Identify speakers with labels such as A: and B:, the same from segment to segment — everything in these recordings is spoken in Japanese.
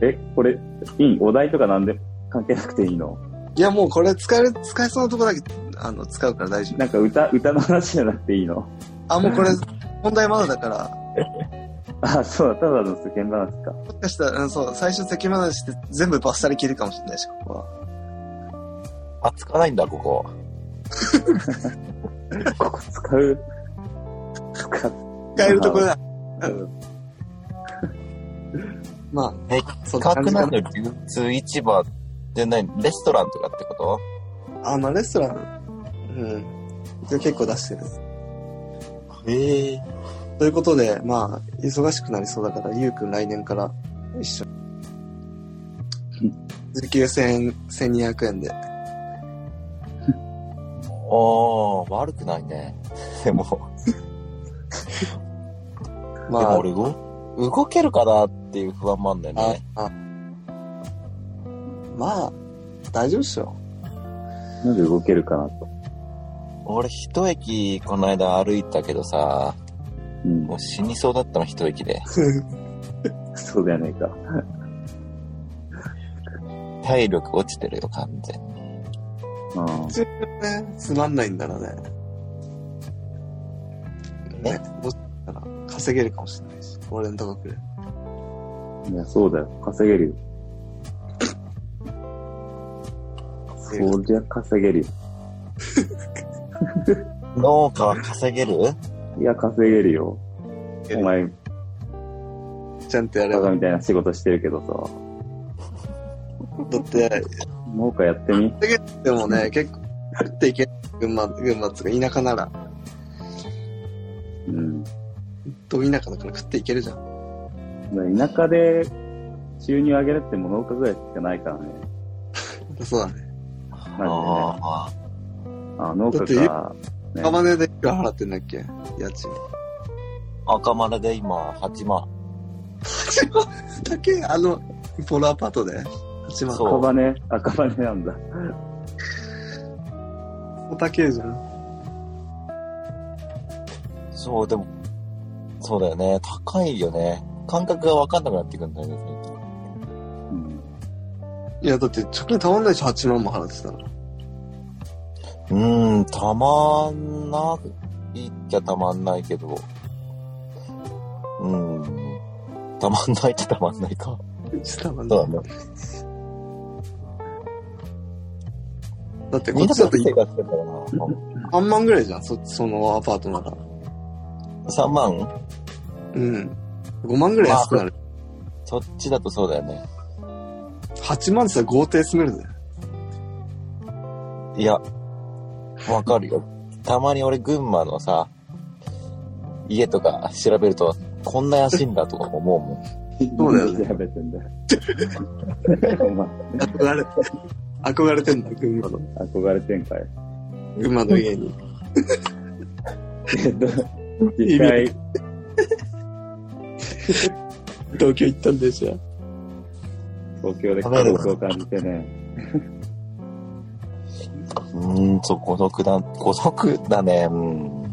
A: え、これ、いいお題とかなんで関係なくていいの
B: いや、もうこれ使える、使えそうなとこだけ、あの、使うから大丈夫。
A: なんか歌、歌の話じゃなくていいの
B: あ、もうこれ、問題まだだから、
A: あ、そうだ、ただの世間話か。
B: もしかしたら、うんそう、最初席話して全部バッサリ切るかもしれないし、ここは。
C: あ、つかないんだ、ここ。
A: ここ使う使う。
B: 使えるところだ。
A: うん
B: ま
C: え
B: あ、そんな
C: 近
B: 感
C: く
B: じ
C: な
B: か
C: る流通市場じゃない、レストランとかってこと
B: あ、まあ、レストラン。うん。一応結構出してる。
C: ええ
B: ということで、まあ、忙しくなりそうだから、ゆうくん来年から一緒。時給1000、1200円で。
C: おー、悪くないね。 でも、
B: ま
C: で
B: あ
C: も、俺動、動けるかなっていう不安もあんだよ
B: あ
C: ね。、
B: あ、まあ、大丈夫っしょ。
A: なんで動けるかなと。
C: 俺、一駅、この間歩いたけどさ、
A: うん
C: も、う死にそうだったの、一駅で。
A: そうじゃないか。
C: 体力落ちてるよ、完全に。
A: うん。
B: ね、つまんないんだらね。ね、もしかしたら稼げるかもしれないし、俺のとこくれ。
A: いや、そうだよ。稼げるよ。そりゃ稼げるよ。
C: 農家は稼げる
A: いや、稼げるよ。お前、
B: ちゃんとやれ
A: バカ
B: ば。
A: みたいな仕事してるけどさ。
B: だって、
A: 農家やってみ
B: でもね、結構、食っていける群馬、群馬っつうか田舎なら、
A: うん。
B: ど田舎だから食っていけるじゃん。
A: 田舎で収入上げるってもう農家ぐらいしかないからね。
B: そうだね。
A: マジでね。
C: ああ
A: あ農
B: だっ
A: 家
B: て
A: か。ね
B: 玉ねでいくら払ってんだっけ家賃。
C: 赤丸で今、8万。
B: だけあの、ポロアパートで8万。
C: そう
A: 赤羽、赤羽なんだ。
B: お高えじゃん。
C: そう、でも、そうだよね。高いよね。感覚がわかんなくなってくんだよね、最近
A: うん。
B: いや、だって、貯金たまんないでしょ、8万も払ってたら。
C: うーん、たまんないっちゃたまんないけど。うーん、たまんないっちゃたまんないか。
B: たまん
C: そ
B: な
C: う
B: い。
C: だね。
B: だって、こ
C: み
B: っ
C: んな
B: ちだ
C: と
B: と
C: 生活してんだよ
B: 3万ぐらいじゃん、そ、そのアパートなら。
C: な。3万
B: うん。5万ぐらい安くなる。
C: そっちだとそうだよね。
B: 8万ってさ、豪邸住めるぜ。
C: いや、わかるよ。たまに俺群馬のさ、家とか調べると、こんな安いんだとか思うも ん。
B: そうだよね
A: 調べてんだよ。お前、
B: 憧れ、憧れてんだ、群馬の。
A: 憧れてんかい。
B: 群馬の家に。
A: えっと実際、
B: 東京行ったんでしょ。
A: 東京で家族を感じてね。
C: うーん、そう、孤独だ、孤独だね、うん。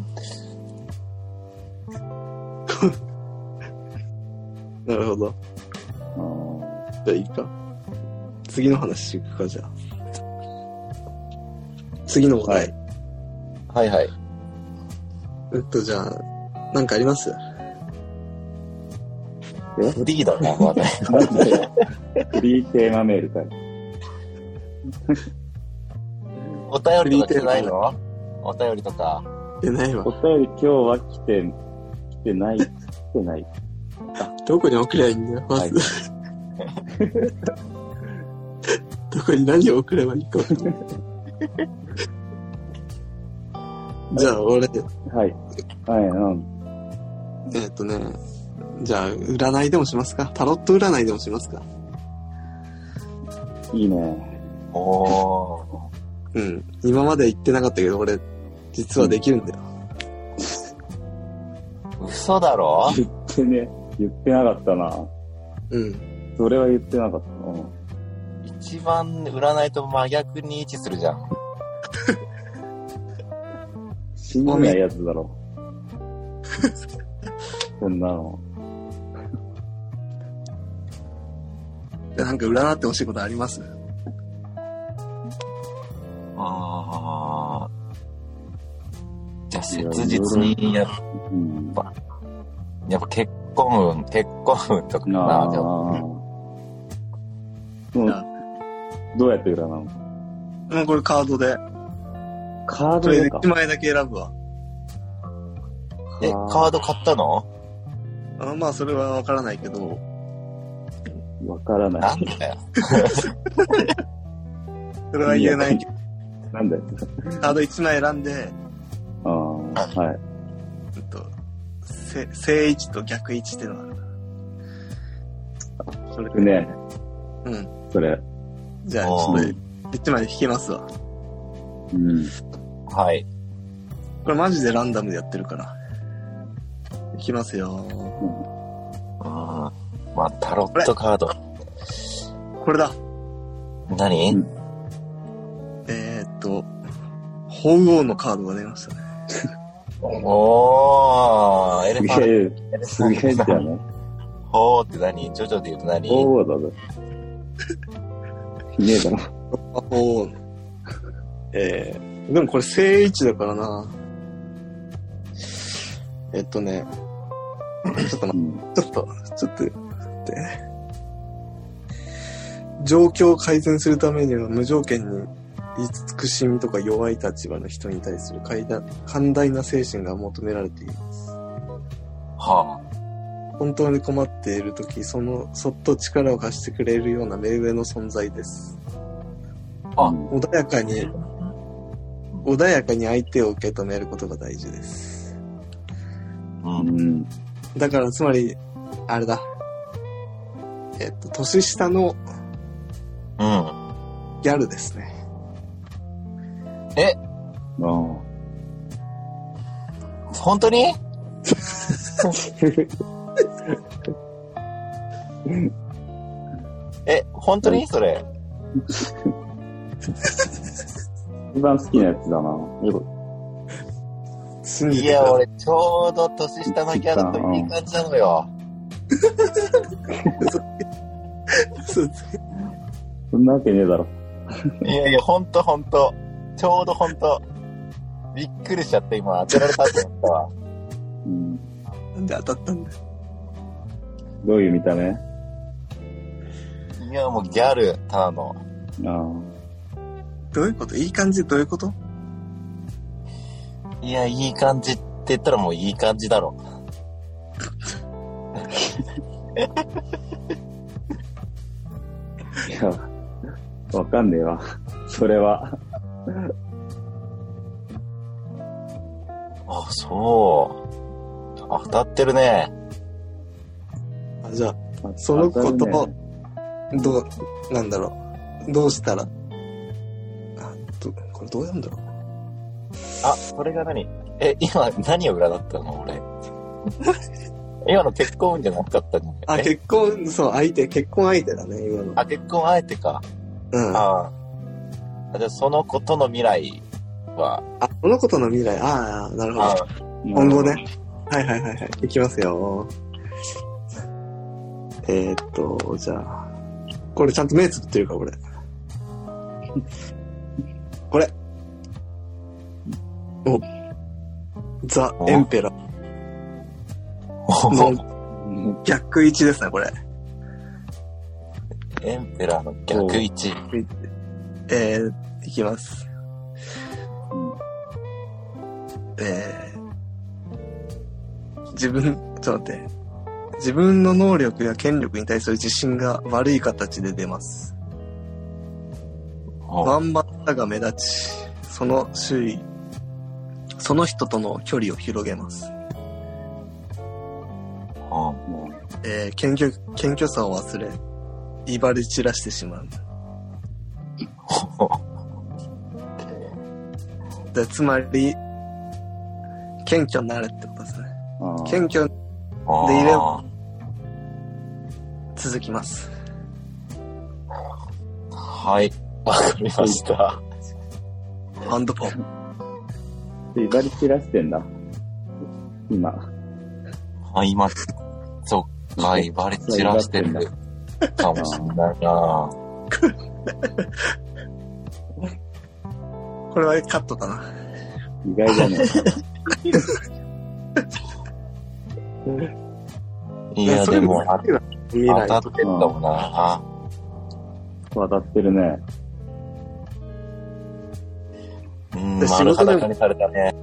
B: なるほど。
A: うん
B: じゃあいいか。次の話行くか、じゃあ。次のお題。
A: は
C: はいはい。
B: えっと、じゃあ、なんかあります
C: フリーだな、まだ。
A: なんだよ。フリーテーマメールかい。
C: お便りとか来てないのお便りとか。
B: 出ないわ
A: お。便り今日は来て、来てない、来てない。
B: どこに送りゃいいんだよ、まず。
A: は
B: どこに何を送ればいい か。じゃあ、
A: は
B: 俺、
A: い。はい、うん。
B: えっとね、じゃあ、占いでもしますかタロット占いでもしますか
A: いいね。
C: おー。
B: うん。今まで言ってなかったけど、俺、実はできるんだよ。
C: 嘘だろ
A: 言ってね、言ってなかったな。
B: うん。
A: それは言ってなかった。うん
C: 一番占いと真逆に位置するじゃん。
A: 信じないやつだろ。そんなの。
B: なんか占ってほしいことあります
C: ああ。じゃあ、切実にやっぱ、
A: うん。
C: やっぱ結婚運、結婚運とかか
A: あ
C: な。
A: あ。
C: でも
A: もう、どうやって占うの
B: もうこれカードで。
A: カー
B: こ
A: ド
B: れ
A: でか
B: 1。枚だけ選ぶわ。
C: え、カード買ったの
B: あまあ、それはわからないけど。
A: わからな。
C: ないんだよ。
B: それは言えないけ
A: なんだよ。
B: ど、カード1枚選んで、
A: ああ、はい。
B: えっと、せ正位置と逆位置っていうのがあるから。それで
A: ね
B: うん。
A: それ。
B: じゃあ、ち
C: あ
B: ょ
C: ー
B: っと1枚で引けますわ。
A: うん。
C: はい。
B: これマジでランダムでやってるから。いきますよ。
C: うん。まあ、タロットカード。
B: これだ。
C: 何、
A: うん
B: えー、っと、鳳凰のカードが出ましたね。
C: おー、エレ
A: す
C: ファント。
A: げえ、すげえじゃない
C: ほーって何ジョジョで言うと何
A: おおだぞ。いねえだろ。
B: あ鳳凰の。えー、でもこれ正位置だからな。えっとね、ちょっと待
A: うん。
B: って、ちょっと、ちょっと、待って。状況を改善するためには無条件に慈しみとか弱い立場の人に対する寛大寛大な精神が求められている。
C: は
B: 本当に困っている時そのそっと力を貸してくれるような目上の存在です
C: あ
A: うん
B: 穏やかに穏やかに相手を受け止めることが大事です
C: あ。う。
A: うんん。
B: だからつまりあれだえっと年下の
C: うん。
B: ギャルですね
A: あ
C: 本当にえ、本当にそれ。
A: あ。一番好きなやつだな。よ
B: 信じ
C: い
B: てく
C: や、
B: だ
C: 俺、ちょうど年下のギャルといい感じなのよ。
B: さい
A: そんなわけねえだろ。
C: いやいや、ほんとほんと。ちょうどほんと。びっくりしちゃって、今、当てられたって思ったわ。
A: うん。
B: なんで当たったんだよ
A: どういう見た目あ
C: いや、もうギャル、ただの。
A: あ。
B: どういうこといい感じどういうこと
C: いや、いい感じって言ったらもういい感じだろ。
A: いや、わかんねえわ。それは。
C: あ、そう。当たってるね。
B: あじゃあその子と
A: 当たる
B: どうなんだろうどうしたらあどこれどうやるんだろう
C: あ、それが何え、今、何を占った の俺。今の結婚運じゃなかったの
B: あ、結婚、そう、相手、結婚相手だね、今の。
C: あ、結婚あえてか。
B: うん。あ、
C: ああ。じゃあ、そのことの未来は、
B: このことの未来、ああ、なるほ
C: あ
B: ど。
A: ね
B: 今後ね。。はいはいはいはい。いきますよ。えー、っと、じゃあ、これちゃんと目つぶってるか、これ。これ。お。ザ・エンペラーの
A: うん
B: 逆位置ですね、これ。
C: エンペラーの逆位置。
B: えー、いきます。えー自分、ちょっと待って。自分の能力や権力に対する自信が悪い形で出ます。
C: お
B: ワンバッタが目立ち、その周囲、その人との距離を広げます。
C: お
A: も
B: えー謙虚、謙虚さを忘れ、威張り散らしてしまう。でつまり、謙虚になれってことですね。
A: うああ
B: 謙虚
C: お
B: でいれば続きます。
C: はい。わかりました。
B: ハンドポン。
A: で威張り散らしてんだ。今。
C: あ、今、そっか、威張り散らしてる。かもしんないな
B: これはカットだな。
A: 意外だ ね。
C: いや、
B: それ
C: でも、あ
D: 見えない
C: 当。たってんだもんな
A: 渡ってるね。
C: うん、
B: で仕
C: 丸
B: 事でも
C: 裸にされたね。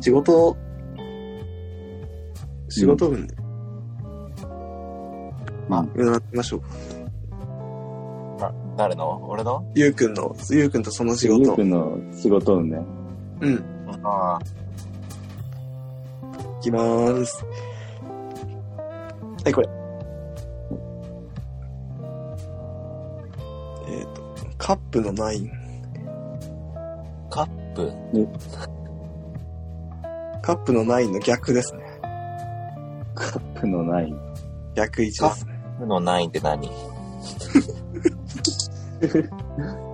B: 仕事、仕事分で。
A: まあ、
B: 占ってみましょう。
C: あ誰の俺の
B: ゆうくんの、ゆうくんとその仕
A: ゆう
B: 事
A: く。んの仕事運ね。
B: うん。
C: ああ、
B: いきまーす。はい、これ。えっ、と、カップのナイン。
C: カップ。
B: カップのナインの逆ですね。
A: カップのない。
B: 逆位置ですね。
C: カップの9って 何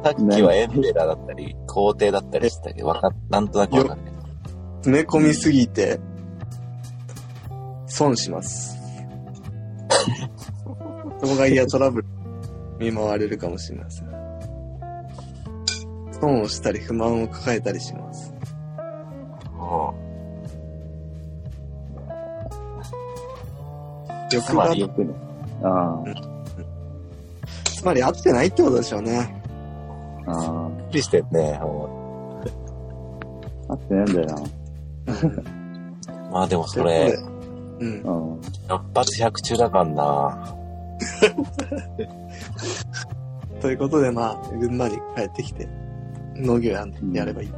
C: さっきはエンペラーだったり、皇帝だったりしたけど、わかなんとなくわかんない。
B: 詰め込みすぎて、損し ます。障害やトラブル、見舞われるかもしれません。損をしたり不満を抱えたりします。
C: うん
B: 欲
C: つま
B: が
C: り、
A: よくね。あ
B: つまり合ってないってことでしょうね。
A: あ、あ
C: びっくりしてんね。も
A: あ、合ってねえんだよ
C: うまあでもそれ、
B: うん。
A: な。うん。
C: 百発百中だからな。
B: ということで、まあ、群馬に帰ってきて、農業やんやればいい。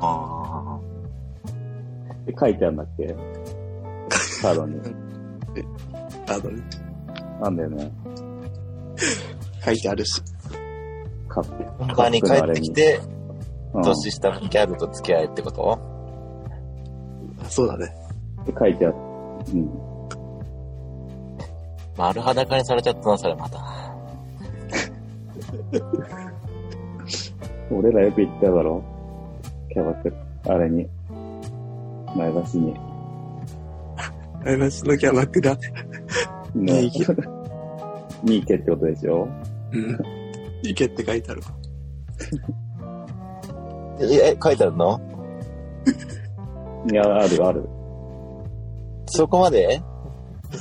C: あ
A: って書いてあるんだっ けカードに。
B: カードに
A: なんだよね。
B: 書いてあるし。
A: カップ。
C: あ。他に帰ってきて、
A: うん、
C: 年下のギャルと付き合えってこと
B: そうだね。
A: って書いてある。うん。
C: 丸裸にされちゃったな、それまた。
A: 俺らよく行っただろキャバクラ、あれに。前橋に。
B: あののキャバクラ。
A: ね
B: に行け。
A: に行けってことでしょ
B: うん。行けって書いてあるわ。
C: え、え書いてあるの
A: いや、あるある。
C: そこまで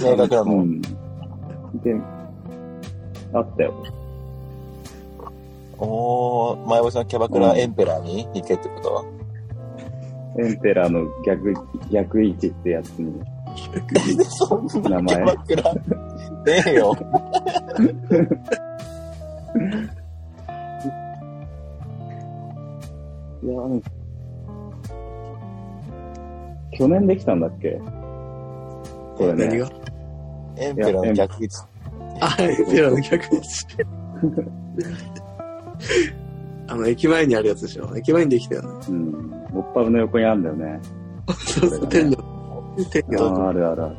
C: 明確なの、
A: うん。で、あったよ。
C: おー、前橋のキャバクラ、
A: うん
C: エンペラーに行けってこと
A: エンペラーの逆、逆位置ってやつに、
C: そん
A: 名
C: キ
A: 前
C: ャ。バクラ、ねえよ。
A: いや、うん去年できたんだっけこれ
B: 何
A: ね。
B: が
C: エンペラーの逆位置。
B: あ、いや、逆に。あの、駅前にあるやつでしょ。駅前にできたよね。
A: うん。もっぱらの横にあるんだよね。
B: そうそう、天女。天
A: あ
B: 女。
A: ああるあるある。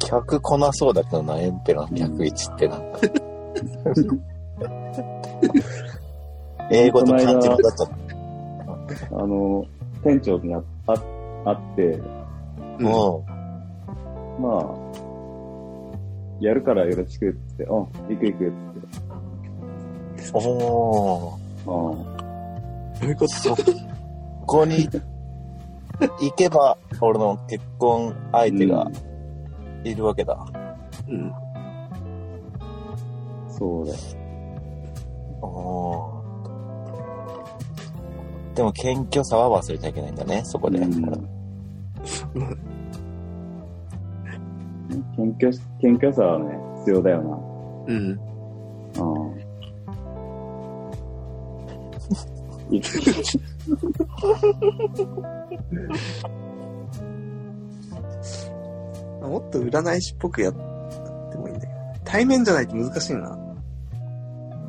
C: 客こなそうだけどな、エンペラーの逆位置ってなんか。英語と漢字のだと。
A: あの、店長にあああって、
B: うん
C: も
A: まあ、やるからよろしくっつって、あ、行く行くっつって。
C: うん、おー、
A: あ
B: どういうこと
C: そここに行けば、俺の結婚相手がいるわけだ。
B: うん。
A: あ、そうだよ。
C: おーでも謙虚さは忘れちゃいけないんだね、そこで。
A: うん謙虚し、謙虚さはね、必要だよ
B: うん。
A: な。うん。い
B: もっと占い師っぽくやってもいいんだけど。対面じゃないと難しいな。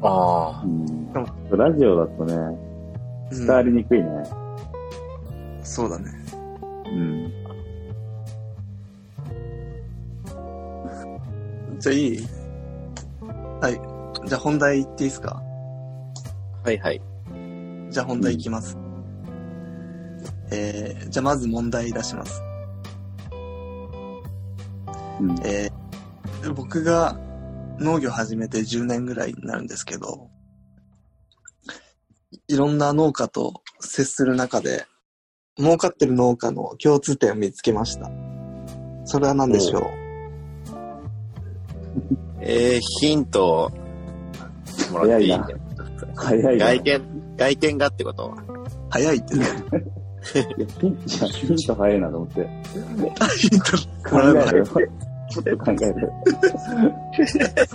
C: あ
A: うんラジオだとね、伝わりにくいね。
B: そうだね。
A: うん。
B: じゃあいいはい。じゃあ本題いっていいですか
D: はいはい。
B: じゃあ本題いきます。えー、じゃあまず問題出します。
A: うん。
B: えー僕が農業始めて10年ぐらいになるんですけど、いろんな農家と接する中で、儲かってる農家の共通点を見つけました。それは何でしょう、
D: えー、ヒントもらっていい
A: 早早いな。
D: 外
A: い
D: 見、外見がってこと
B: 早いってね。
A: やピンチ、ピンチ早いなと思って。
B: ヒント
A: 考
B: もらえば
A: えるよ。ちょっと考える。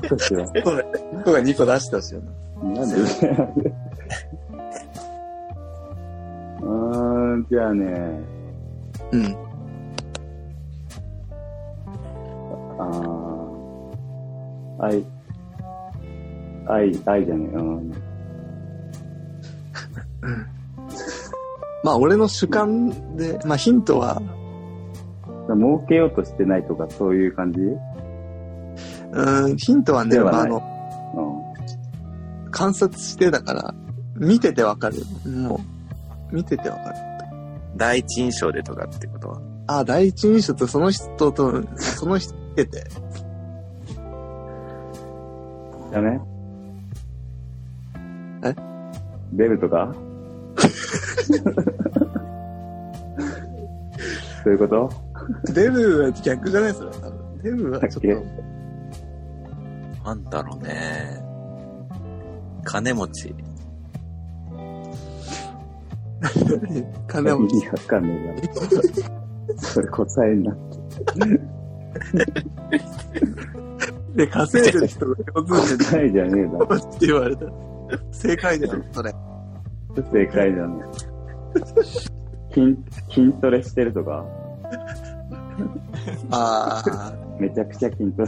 A: 少しは。
B: 僕が2個出してほしいよね。
A: なんで うーん、じゃあね、
B: うん。
A: あー、愛、愛、愛じゃねえ、うん。
B: まあ俺の主観で、まあヒントは、
A: 儲けようとしてないとか、そういう感じうん。
B: うん、ヒントはね、
A: では
B: まあ、あ
A: ない
B: の、観察してだから、見ててわかる。もう、見ててわかる。
D: 第一印象でとかってことは
B: あ、第一印象とその人と、その人見てて。
A: ダメ
B: え
A: 出るとかそういうこと
B: デブは逆じゃないそれ。多分デブはちょっ
D: なんだろうね。金持ち。
B: と、金を
A: 意。味わかんねえな。それ答えになって。
B: で、稼いでる人が共通点
A: 答えじゃねえだろ。
B: だ って言われた。正解だよ、それ。
A: 正解じゃねえ。筋、筋トレしてるとか、
B: ああ、
A: めちゃくちゃ筋ト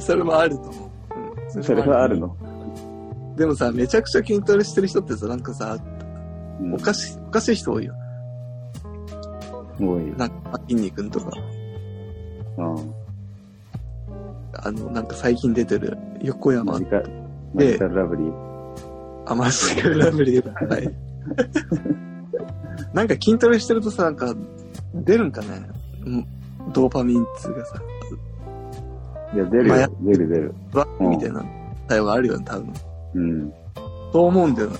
B: それもあると思う。う
A: レ。
B: ん
A: それはある。の、
B: でもさ、めちゃくちゃ筋トレしてる人ってさ、なんかさ、
A: うん
B: お、かしい、おかしい人多いよ。
A: 多い。
B: なんか、筋肉とか、
A: うん。
B: あの、なんか最近出てる、横
A: マ
B: 山
A: ジ、カ、マジカルラブリー。
B: あ、マスカルラブリーだ。はい。 なんか筋トレしてるとさ、なんか出るんかねうんドーパミンっつうかさ、
A: いや、出る
B: まあ
A: よ
B: や。
A: 出る出る。
B: バッみたいな作用があるよね、多分。
A: うん。
B: そう思うんだよな。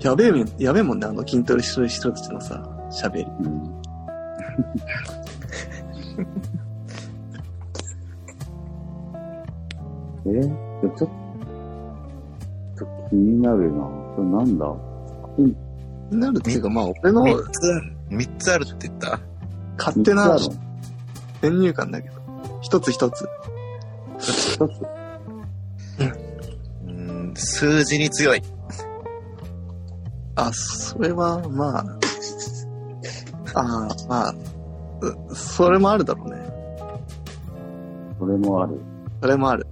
B: やべえめ、やべえもんね、あの筋トレしてる人たちのさ、喋り。
A: うん。 えでもちょっと気になるな。それなんだ
B: なるっていうか、まあ俺の
C: 三つある、三つあるって言った
B: 勝手な
A: 三つある
B: 先入観だけど、一つ一つ。
A: 一つ
C: うーん、数字に強い。
B: あ、それは、まあ、ああ、まあ、うそれもあるだろうね。
A: それもある。
B: それもある。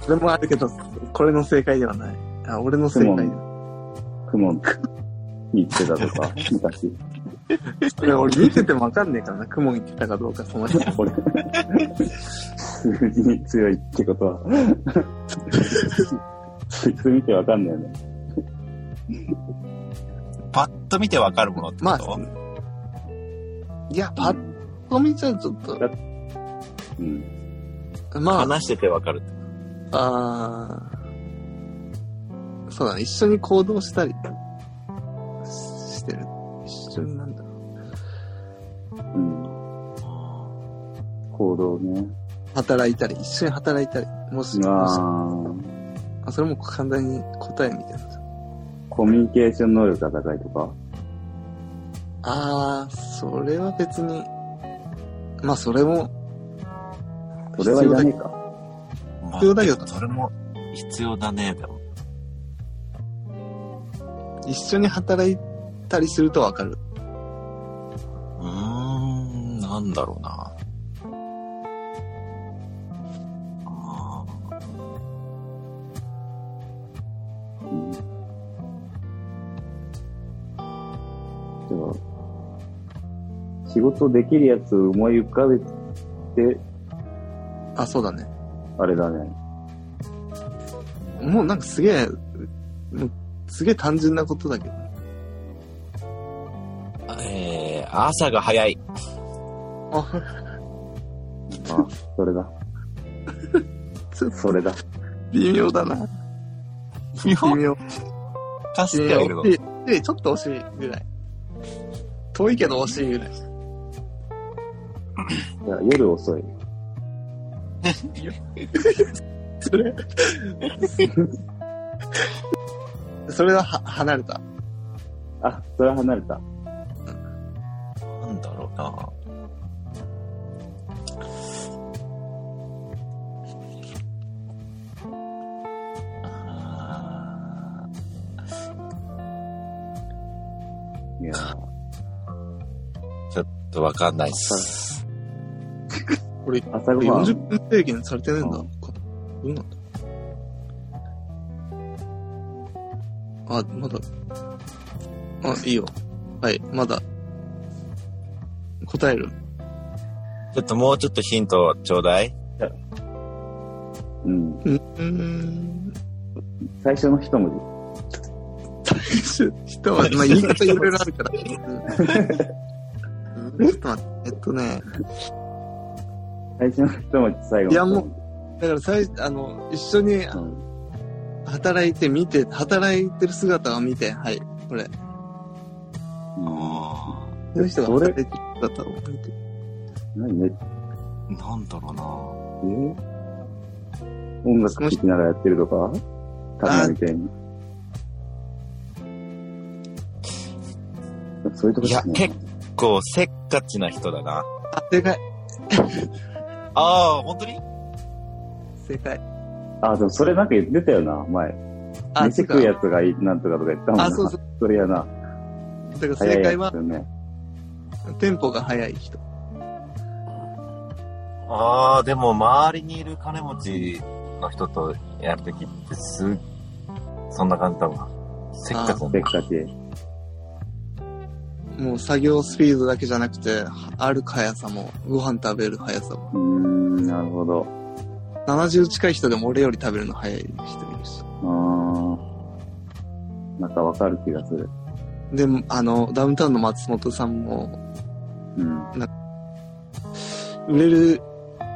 B: それもあるけど、これの正解ではない。あ俺の正解だ。
A: 雲 に行ってたとか、昔。
B: それ俺見ててもわかんねえからな、雲行ってたかどうか、その人。
A: 俺、数字に強いってことは、そいつ見てわかんないよね。
C: パッと見てわかるものって
B: ま
C: こ
B: あ
C: と、、
B: いや、パッと見ちゃうちょっ
A: うん。
B: と、まあ、
D: 話しててわかる。
B: あーそうだね、一緒に行動したりしてる。一緒になんだろう。
A: うん。行動ね。
B: 働いたり、一緒に働いたり、もし、もし
A: ああ。
B: あ、それも簡単に答えみたいな。
A: コミュニケーション能力が高いとか、
B: ああ、それは別に、まあそれも、
A: それはいらねえか。
B: 必要だよ
C: まあそれも必要だね、でも。
B: 一緒に働いたりするとわかる。
C: うーん、なんだろうな。あ
A: うん、では、仕事できるやつを思い浮かべて、
B: あ、そうだね。
A: あれだね。
B: もうなんかすげえ、もうすげえ単純なことだけど。
C: ーえー、朝が早い。
A: あ、それだ。
B: ちょっと
A: それだ。
B: 微妙だな。微妙。
C: かすてはいるの
B: 惜。しい惜しいちょっと惜しいぐらい。遠いけど惜しいぐらい。
A: いや夜遅い。
B: それそれはは離れた。
A: あ、それは離れた。
C: なんだろうな。あ
A: いや
C: ーちょっとわかんないっす。
B: これ、こ
A: 朝ご
B: れ
A: はん
B: 40、分制限されてないんだ。
A: う
B: こどうなんだあ、まだ。あ、いいよ。はい、まだ。答える。
C: ちょっともうちょっとヒントちょうだい。
A: うん。
B: うーん。
A: 最初の一文
B: 人は、まあ、言い方いろいろある から。うんちょっと待って、えっとね、
A: 字。最初の一文字、最後の一文字。
B: いやもだから最初、あの、一緒に
A: うん。
B: 働いて見て、働いてる姿を見て、はい、これ。
D: あ
B: その人が
A: それ
B: 働いてる姿を見て。
A: 何めっ
D: あ、なんだろ
A: え音楽聴きながらやってるとかタブみたいに。そういうとこ
C: いや
A: です、ね。
C: 結構せっかちな人だな。
B: あ、正解、
C: ああ、本当に
B: 正解。
A: あ、でもそれなんか言ってたよな、前。
B: あ、
A: 飯
B: そう
A: 食うや
B: か。
A: つがいいなんとかとか言ったもんな。
B: あ、そうそう。
A: それやな。
B: だから
A: 早
B: 正
A: い
B: 解
A: や
B: は
A: つ、よね。
B: テンポが速い人。
C: ああ、でも周りにいる金持ちの人とやるときってすっ、そんな感じだわ。せっかちなん
A: せ
C: だ
A: っ。かち。
B: もう作業スピードだけじゃなくて、歩く速さも、ご飯食べる速さも。
A: うーん、なるほど。
B: 70近い人でも俺より食べるの早い人いるし。
A: あーなんかわかる気がする。
B: で、あの、ダウンタウンの松本さんも、
A: うん。
B: 売れる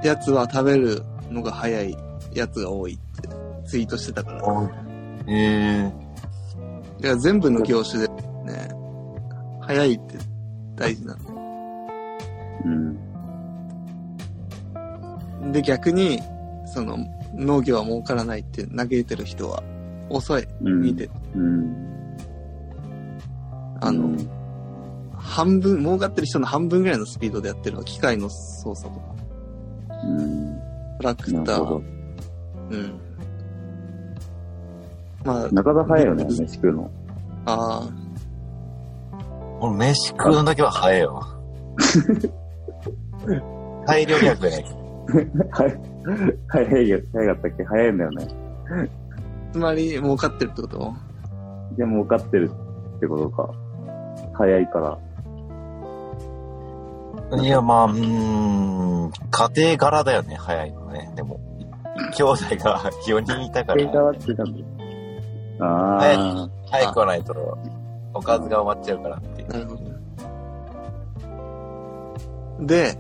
B: やつは食べるのが早いやつが多いってツイートしてたから。だ
C: ええ
B: から全部の業種でね、早いって大事なんだよ
A: うん。
B: で、逆に、その、農業は儲からないって嘆いてる人は、遅い、
A: うん。
B: 見て、
A: うん。
B: あの、
A: うん
B: 半分、儲かってる人の半分ぐらいのスピードでやってるのは機械の操作とか、
A: うん。
B: トラクタ
A: なるほど、。
B: ーうん。まあ、
A: なかなか早いよね、飯食うの。
B: ああ、
C: 俺飯食うのだけは早いよ。大量逆やね。
A: はい。早いよ、早かったっけ早いんだよね。
B: つまり儲かってるってこと
A: じゃあ儲かってるってことか。早いから。
C: いや、まあ、うーん、家庭柄だよね、早いのね。でも、兄弟が4人い たか
A: 映画は
C: ら、
A: ってなんだ。あ
C: 早く来ないと、おかずが終わっちゃうからっていう。
B: なるほど。で、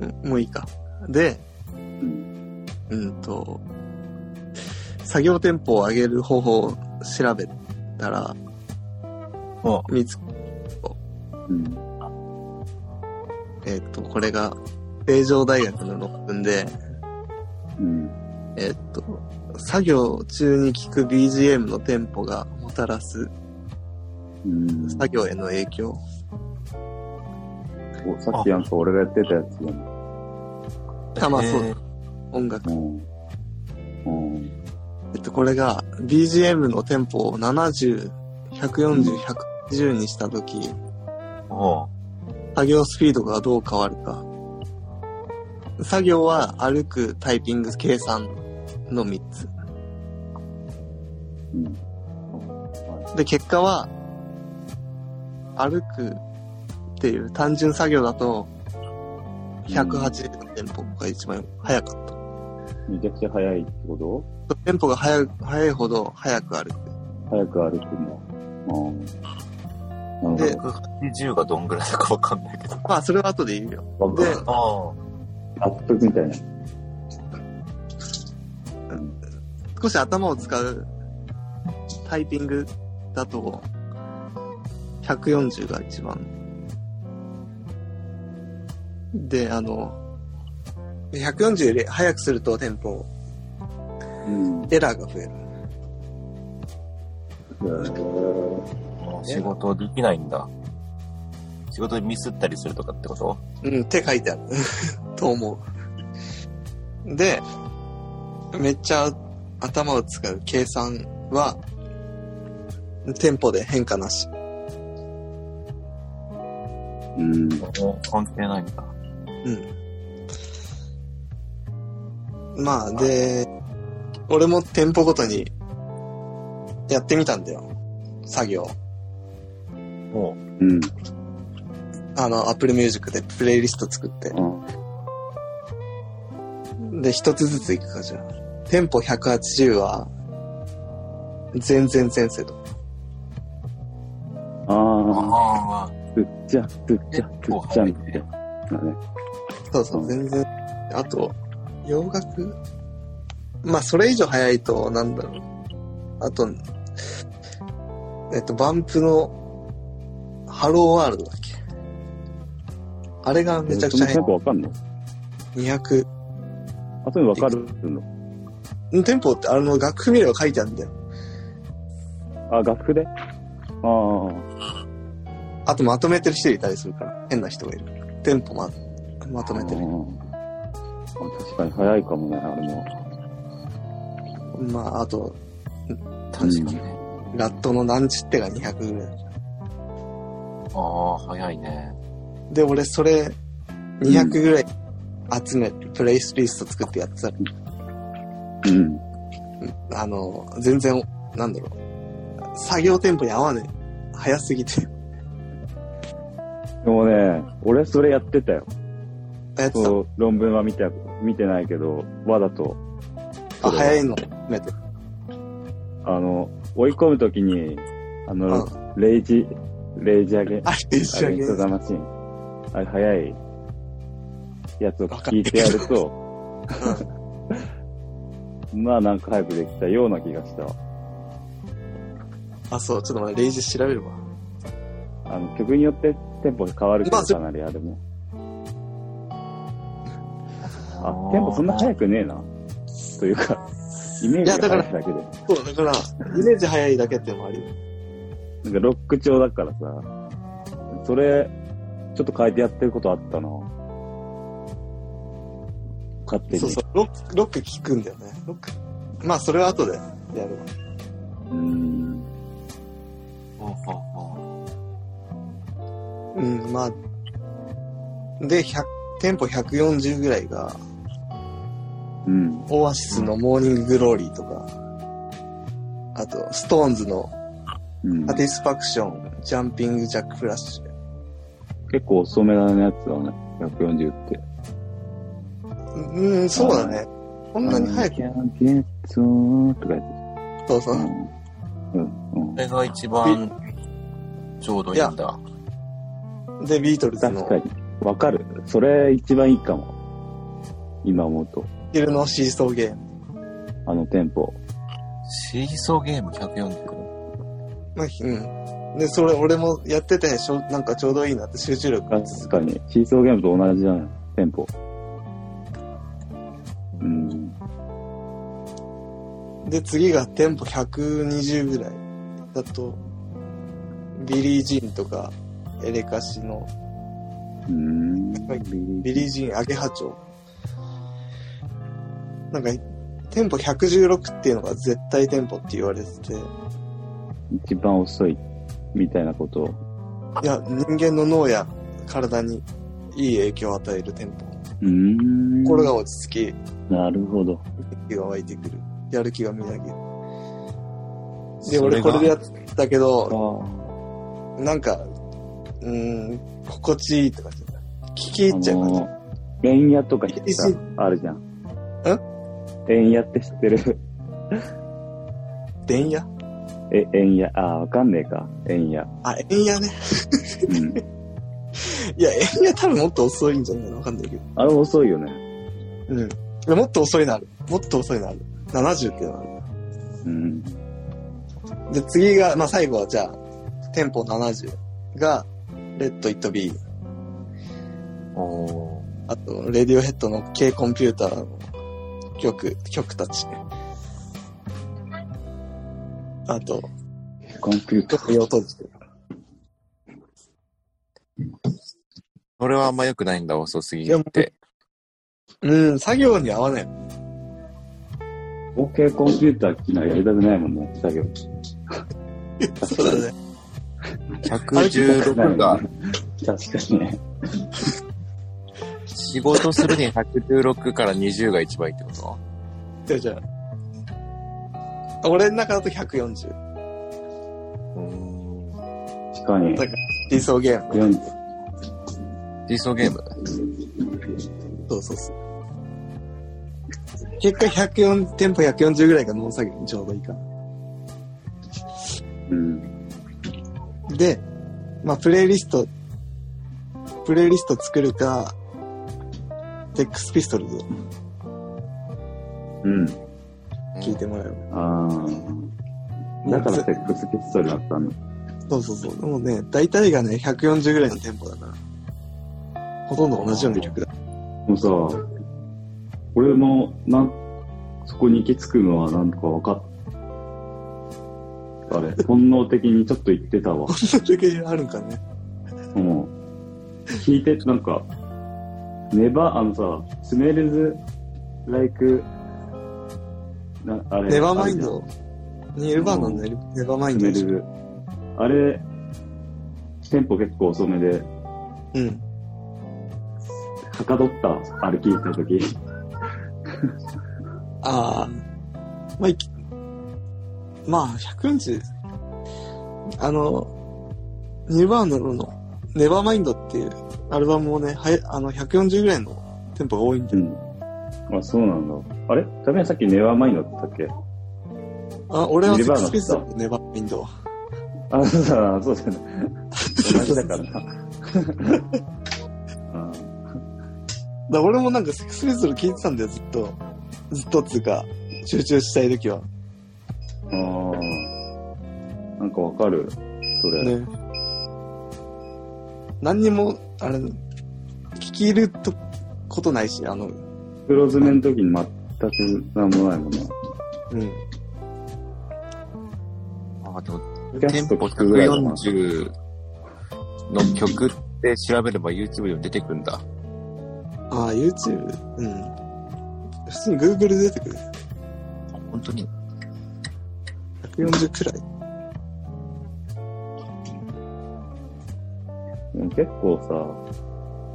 B: うんもういいか。で、
A: あ。うん。
B: うんと、作業テンポを上げる方法を調べたら、
C: も
B: 見つ
A: うん。
B: えっ、と、これが、平城大学の論文で、
A: うん。
B: えっ、と、作業中に聞く BGM のテンポがもたらす
A: うん。
B: 作業への影響。
A: おさっきなんか俺がやってたやつだね。
C: う、
B: あ、まあ
C: えー
B: そう、音楽。
A: うん。うん。
B: えっと、これが BGM のテンポを70、140、180にしたとき、
C: も
B: 作業スピードがどう変わるか。作業は歩く、タイピング、計算の3つ。
A: うん。
B: で、結果は、歩くっていう単純作業だと、180のテンポが一番速かった。
A: めちゃくちゃ早いってこ
B: テンポが速い速いほど速く歩く。
A: と早く歩くんだ。うん
E: で、
C: 80がどんぐらいだかわかんないけど。
E: まあ、それは後で言うよ。
A: わか
E: で
A: る、
C: あ
A: アップみたいな。
E: 少し頭を使うタイピングだと、140が一番。で、あの、140より早くするとテンポ、
A: うん。
E: エラーが増える。
C: あ、もう仕事できないんだ。仕事でミスったりするとかってこと
B: うん、って書い てある。と思う。で、めっちゃ頭を使う計算は、テンポで変化なし。
A: うん。
C: 関係ないんだ。
B: まあ、で、俺もテンポごとにやってみたんだよ。作業。
C: も
A: うん。
B: あの、Apple Music でプレイリスト作って。で、一つずついくかじゃあ。テンポ180は、全然前世と。
C: う、
A: ああ、
C: ああ、
A: くっちゃ、くっちゃ、くっちゃみたいな。ね。
B: そうそう、全然。あと、洋楽まあ、それ以上早いと、なんだろう。あと、えっと、バンプの、ハローワールドだっけあれがめちゃくちゃ
A: そ
B: 変
A: の。テンポわかんの
B: 200。
A: あとにわかるの
B: うんテンポって、あの、楽譜見れば書いてあるんだよ。
A: あ、楽譜でああ。
B: あと、まとめてる人いたりするから、変な人がいる。テンポま、まとめてる。
A: うん確かに早いかもね、あれも。
B: まあ、あと、
C: 確かにね。
B: ラットの何ちってが200ぐらい。
C: ああ、早いね。
B: で、俺、それ、200ぐらい集め、てプレイスリスト作ってやってたら、
A: うん。
B: あの、全然、なんだろう、作業テンポに合わねえ。早すぎて。
A: でもね、俺それやってたよ。
B: やって
A: そう、論文は見て、見てないけど、わざと。
B: た。あ早いの、めて。
A: あの、追い込むときに、あの、レイジ、レイジ上げ、
B: あ、一
A: ア
B: 緒
A: ゲ
B: に
A: ンス。トザマシン。あれ、早いやつを聞いてやると、 まあなんか早くできたような気がしたわ。
B: あ、そう、ちょっと待って、レイジ調べるわ。
A: あの、曲によってテンポ変わるけ
B: ま
A: ど、
B: あそ
A: かなりあれも。あ、テンポそんな速くねえな。というか、イメージが速いだけで。
B: そう、だから、イメージ早いだけっていうのもあり。
A: なんかロック調だからさ、それ、ちょっと変えてやってることあったな。勝手に。
B: そうそう、ロック、ロック聞くんだよね。ロック。まあ、それは後でやるわ。
A: うん。
C: ほうほうほ
B: うん、まあ。で、100、テンポ140ぐらいが、
A: うん。
B: オアシスのモーニンググローリーとか、あと、ストーンズの
A: うん
B: サ、ティスファクション、ジャンピングジャックフラッシュ。
A: 結構遅めなやつだね。140って。
B: うん、うんそうだね。こんなに早く。
A: キャンゲッツーとかやって
B: そうそうう。
A: ん。うん。うん
C: う。これが一番、ちょうどいいんだ。
B: で、ビートルズ
A: 確
B: の
A: かに。わかる。それ一番いいかも。今思うと。
B: 昼のシーソーゲーム。
A: あのテンポ。
C: シーソーゲーム140。
B: まあ、ひうん。で、それ俺もやってて、しょなんかちょうどいいなって集中力が
A: 確かに。シーソーゲームと同じだね。テンポ。うん。
B: で、次がテンポ120ぐらいだと、ビリー・ジーンとか、エレカシの、
A: うん。
B: ビリー・ジーン、アゲハチョウ。なんか、テンポ116っていうのが絶対テンポって言われてて、
A: 一番遅いみたいなことを。
B: いや、人間の脳や体にいい影響を与えるテンポ。
A: うーん
B: 心が落ち着き、
A: なるほど。
B: 元気が湧いてくる。やる気がみなぎる。で、
C: それ
B: 俺こ
C: が
B: れでやったけど、
A: あ
B: なんか、うーん、心地いいって感じだね。聞き入っちゃう感じ。
A: の、円屋とか知って
B: いいし
A: あるじゃん。円屋って知ってる。
B: 電夜
A: え、円屋、あー、わかんねえか。円屋。
B: あ、円屋ね。
A: うん。
B: いや、円屋多分もっと遅いんじゃないのわかんないけど。
A: あれ遅いよね。
B: うん。いやもっと遅いのある。もっと遅いのある。70っていうのあ
A: うん。
B: る。で、次が、まあ最後はじゃあ、店舗70が、レッド・イット・ビー。
C: お
B: あと、レディオヘッドの K コンピューターの曲、曲たち。あと、
A: コンピューター。
B: 目を閉じて。
C: それはあんま良くないんだ、遅すぎて。
B: うん、作業に合わない。
A: OK コンピューターっていうのはやりたくないもんね、作業。
B: そうだね。
C: 116が、
A: 確かにね。
C: 仕事するに116から20が一番いいってこ
B: じゃあじゃあ。俺の中だと140。
C: とうん。
A: 確かに。
B: 理想ゲーム。
A: 40
C: リソゲーム
B: そうそうそう。結果104、店舗140ぐらいが農作業にちょうどいいか
A: うん。
B: な。で、まあ、プレイリスト、プレイリスト作るか、テックスピストルズを
A: うん。
B: 聞いてもらえば。
A: ああ。だからセックスピストルだったんだ。
B: そうそうそう。もうね、大体がね、140ぐらいのテンポだから。ほとんど同じような曲だ。
A: もうさ、俺の、なん、そこに行き着くのはなんとか分かった。あれ、 本能的にちょっと言ってたわ。
B: それだけあるんかね。
A: もう、聞いて、なんか、ネバあのさ、スメルズ、ライク、な、あれ、
B: ネバーマイン
A: あ
B: ド。ニルバーナのネネバーマイ
A: れ
B: ン
A: じゃんスメルズ。
B: ド。
A: あれ、テンポ結構遅めで、
B: うん。
A: はかどった、あれ聞いたとき。
B: ああ。まあ、いきまあ、140。あの、ニルバーナのネバーマインドっていうアルバムもね、はやあの、140ぐらいのテンポが多いんで。
A: うん。あ、そうなんだ。あれダメさっきネバーマインドって言ったっけ
B: あ、俺は
A: ニ
B: セ
A: ル
B: ッ
A: バーナ
B: クスピストルズネバーマインド。
A: あ、そうだな、そうだよね。同じだからな。あ
B: だから俺もなんかセックスピストル聞いてたんだよ、ずっと。ずっとっつうか、集中したい時は。
A: あー。なんかわかる。それ。
B: ね。何にも、あれ、聞き入るとことないし、あの、
A: 袋詰めの時に全く何もないもんな。
B: うん。
C: あ、でも、
A: キャ
C: テン
A: スト
C: ポ
A: 聞くぐらいだな。
C: 140の曲って調べれば YouTube でも出てくるんだ。
B: ああ、YouTube。うん。普通に Google で出てくる。
C: 本当に。
B: 140くらい。
A: でも結構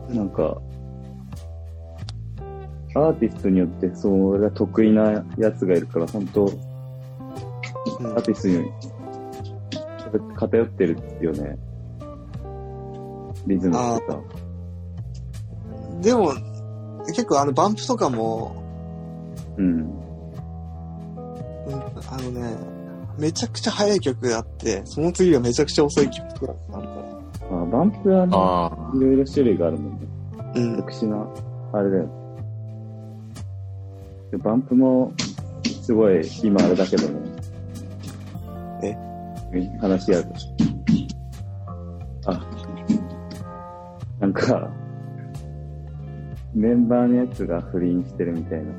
A: さ、なんか、アーティストによって、それが得意なやつがいるから、本当
B: うん
A: アーティストに偏ってるよね。リズムってさ。
B: でも、結構あの、バンプとかも、
A: うん。
B: うん、あのね、めちゃくちゃ速い曲があって、その次がめちゃくちゃ遅い曲とかあるか
A: あ、バンプはね、
C: あ
A: いろいろ種類があるもんね。
B: ら。うん。
A: 特殊な、あれだよ。でバンプも、すごい、今あれだけどね。え話やる。あ、なんか、メンバーのやつが不倫してるみたいな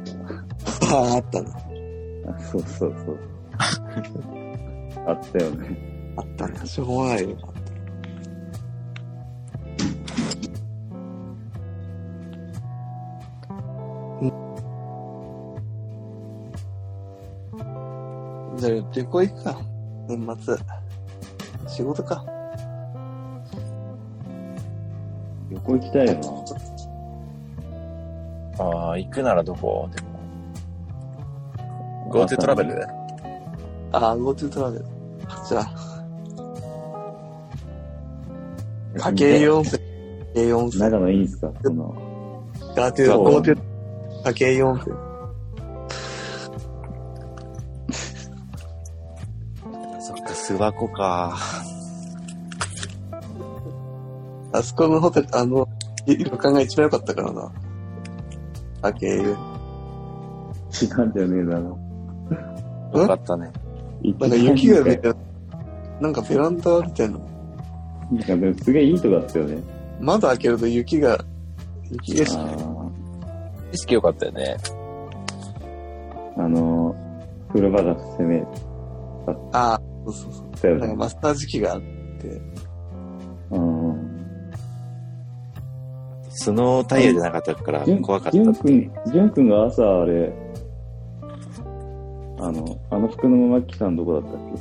B: ああ、あったね。
A: さ。あそうそうそう。あったよ ね。
B: あったね。しょうがないよ。うんじゃあ旅行行くか。年末。仕事か。
A: 旅行行きたいよな。
C: あー、行くならどこでも。
F: GoTo トラベルで。
B: ああ、GoTo トラベル。じゃあ、家計用温泉。家計用温泉。
A: 長野いいんすかその、
B: ガーテー、
A: そう
B: GoTo。家計用温泉。
C: そっか、諏訪湖か。
B: あそこのホテル、あの、旅館が一番良かったからな。あけゆ。
A: 時間じゃねえだろ。
B: うん
C: よかったね。
B: なんか雪がね、なんかベランダみたいな。
A: なんかでもすげえいいとこだったよね。
B: 窓開けると雪が、雪景色。
C: 景色よかったよね。
A: あの、風呂場が攻め
B: ああ、そうそうそう。
A: たよ
B: なんか
A: ね。
B: マッサージ機がある。
A: うん。
C: スノータイヤじゃなかったから
A: じゅん
C: 怖かっ
A: じゅん
C: た。
A: くん、じゅんくんが朝あれ、あの、あの服のまま来たのどこだったっけ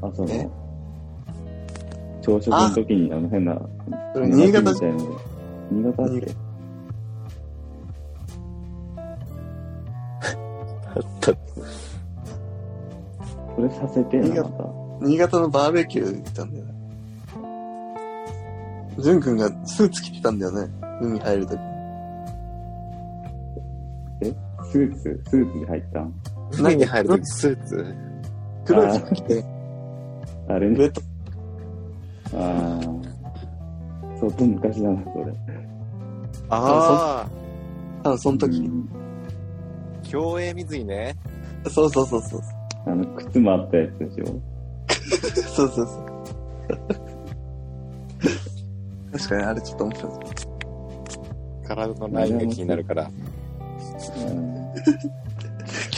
A: 朝
B: え
A: の、朝食の時にあの変な、
B: それ新潟
A: み
B: じ
A: たいなの。新潟だっけそれさせて
B: 新
A: なか
B: 潟
A: った。
B: 新潟のバーベキュー行ったんだよね。ジュン君がスーツ着てたんだよね。海入ると
A: スーツ、スーツで入ったん
B: き。
C: 海に入る
B: なん
C: 時
B: か
C: スーツ
B: 黒い服着て、
A: あれ
B: ウェ
A: ね。
B: ット
A: ああ。相当昔だな、それ。
B: あ
C: あ、
B: 多分その時。
A: うん
C: 競泳水着ね。
B: そうそうそうそう。
A: あの、靴もあったやつでしょ。
B: そうそうそ う。確かにあれちょっと面白い。
C: 体のラインが気になるから。
A: うん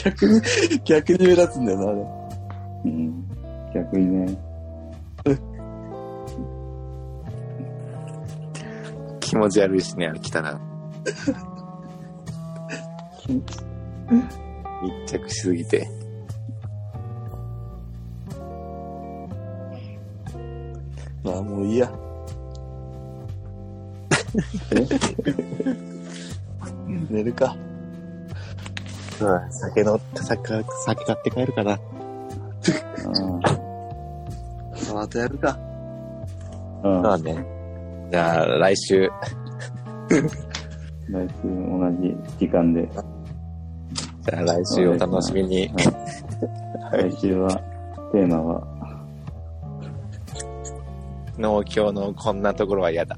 B: 逆に、逆に目立つんだよな、あれ。
A: うん。逆にね。
C: 気持ち悪いしね、来 たら。密着しすぎて。
B: まあもういい や。寝るか。
C: うん、酒の、酒、酒買って帰るかな。
B: またやるか。
A: ああ。
C: ま
A: あ
C: あ
A: あ。
C: ね。じゃあ、来週。
A: 来週同じ時間で。
C: じゃあ、来週お楽しみに。
A: 来週は、テーマは、
C: 農協のこんなところは嫌だ。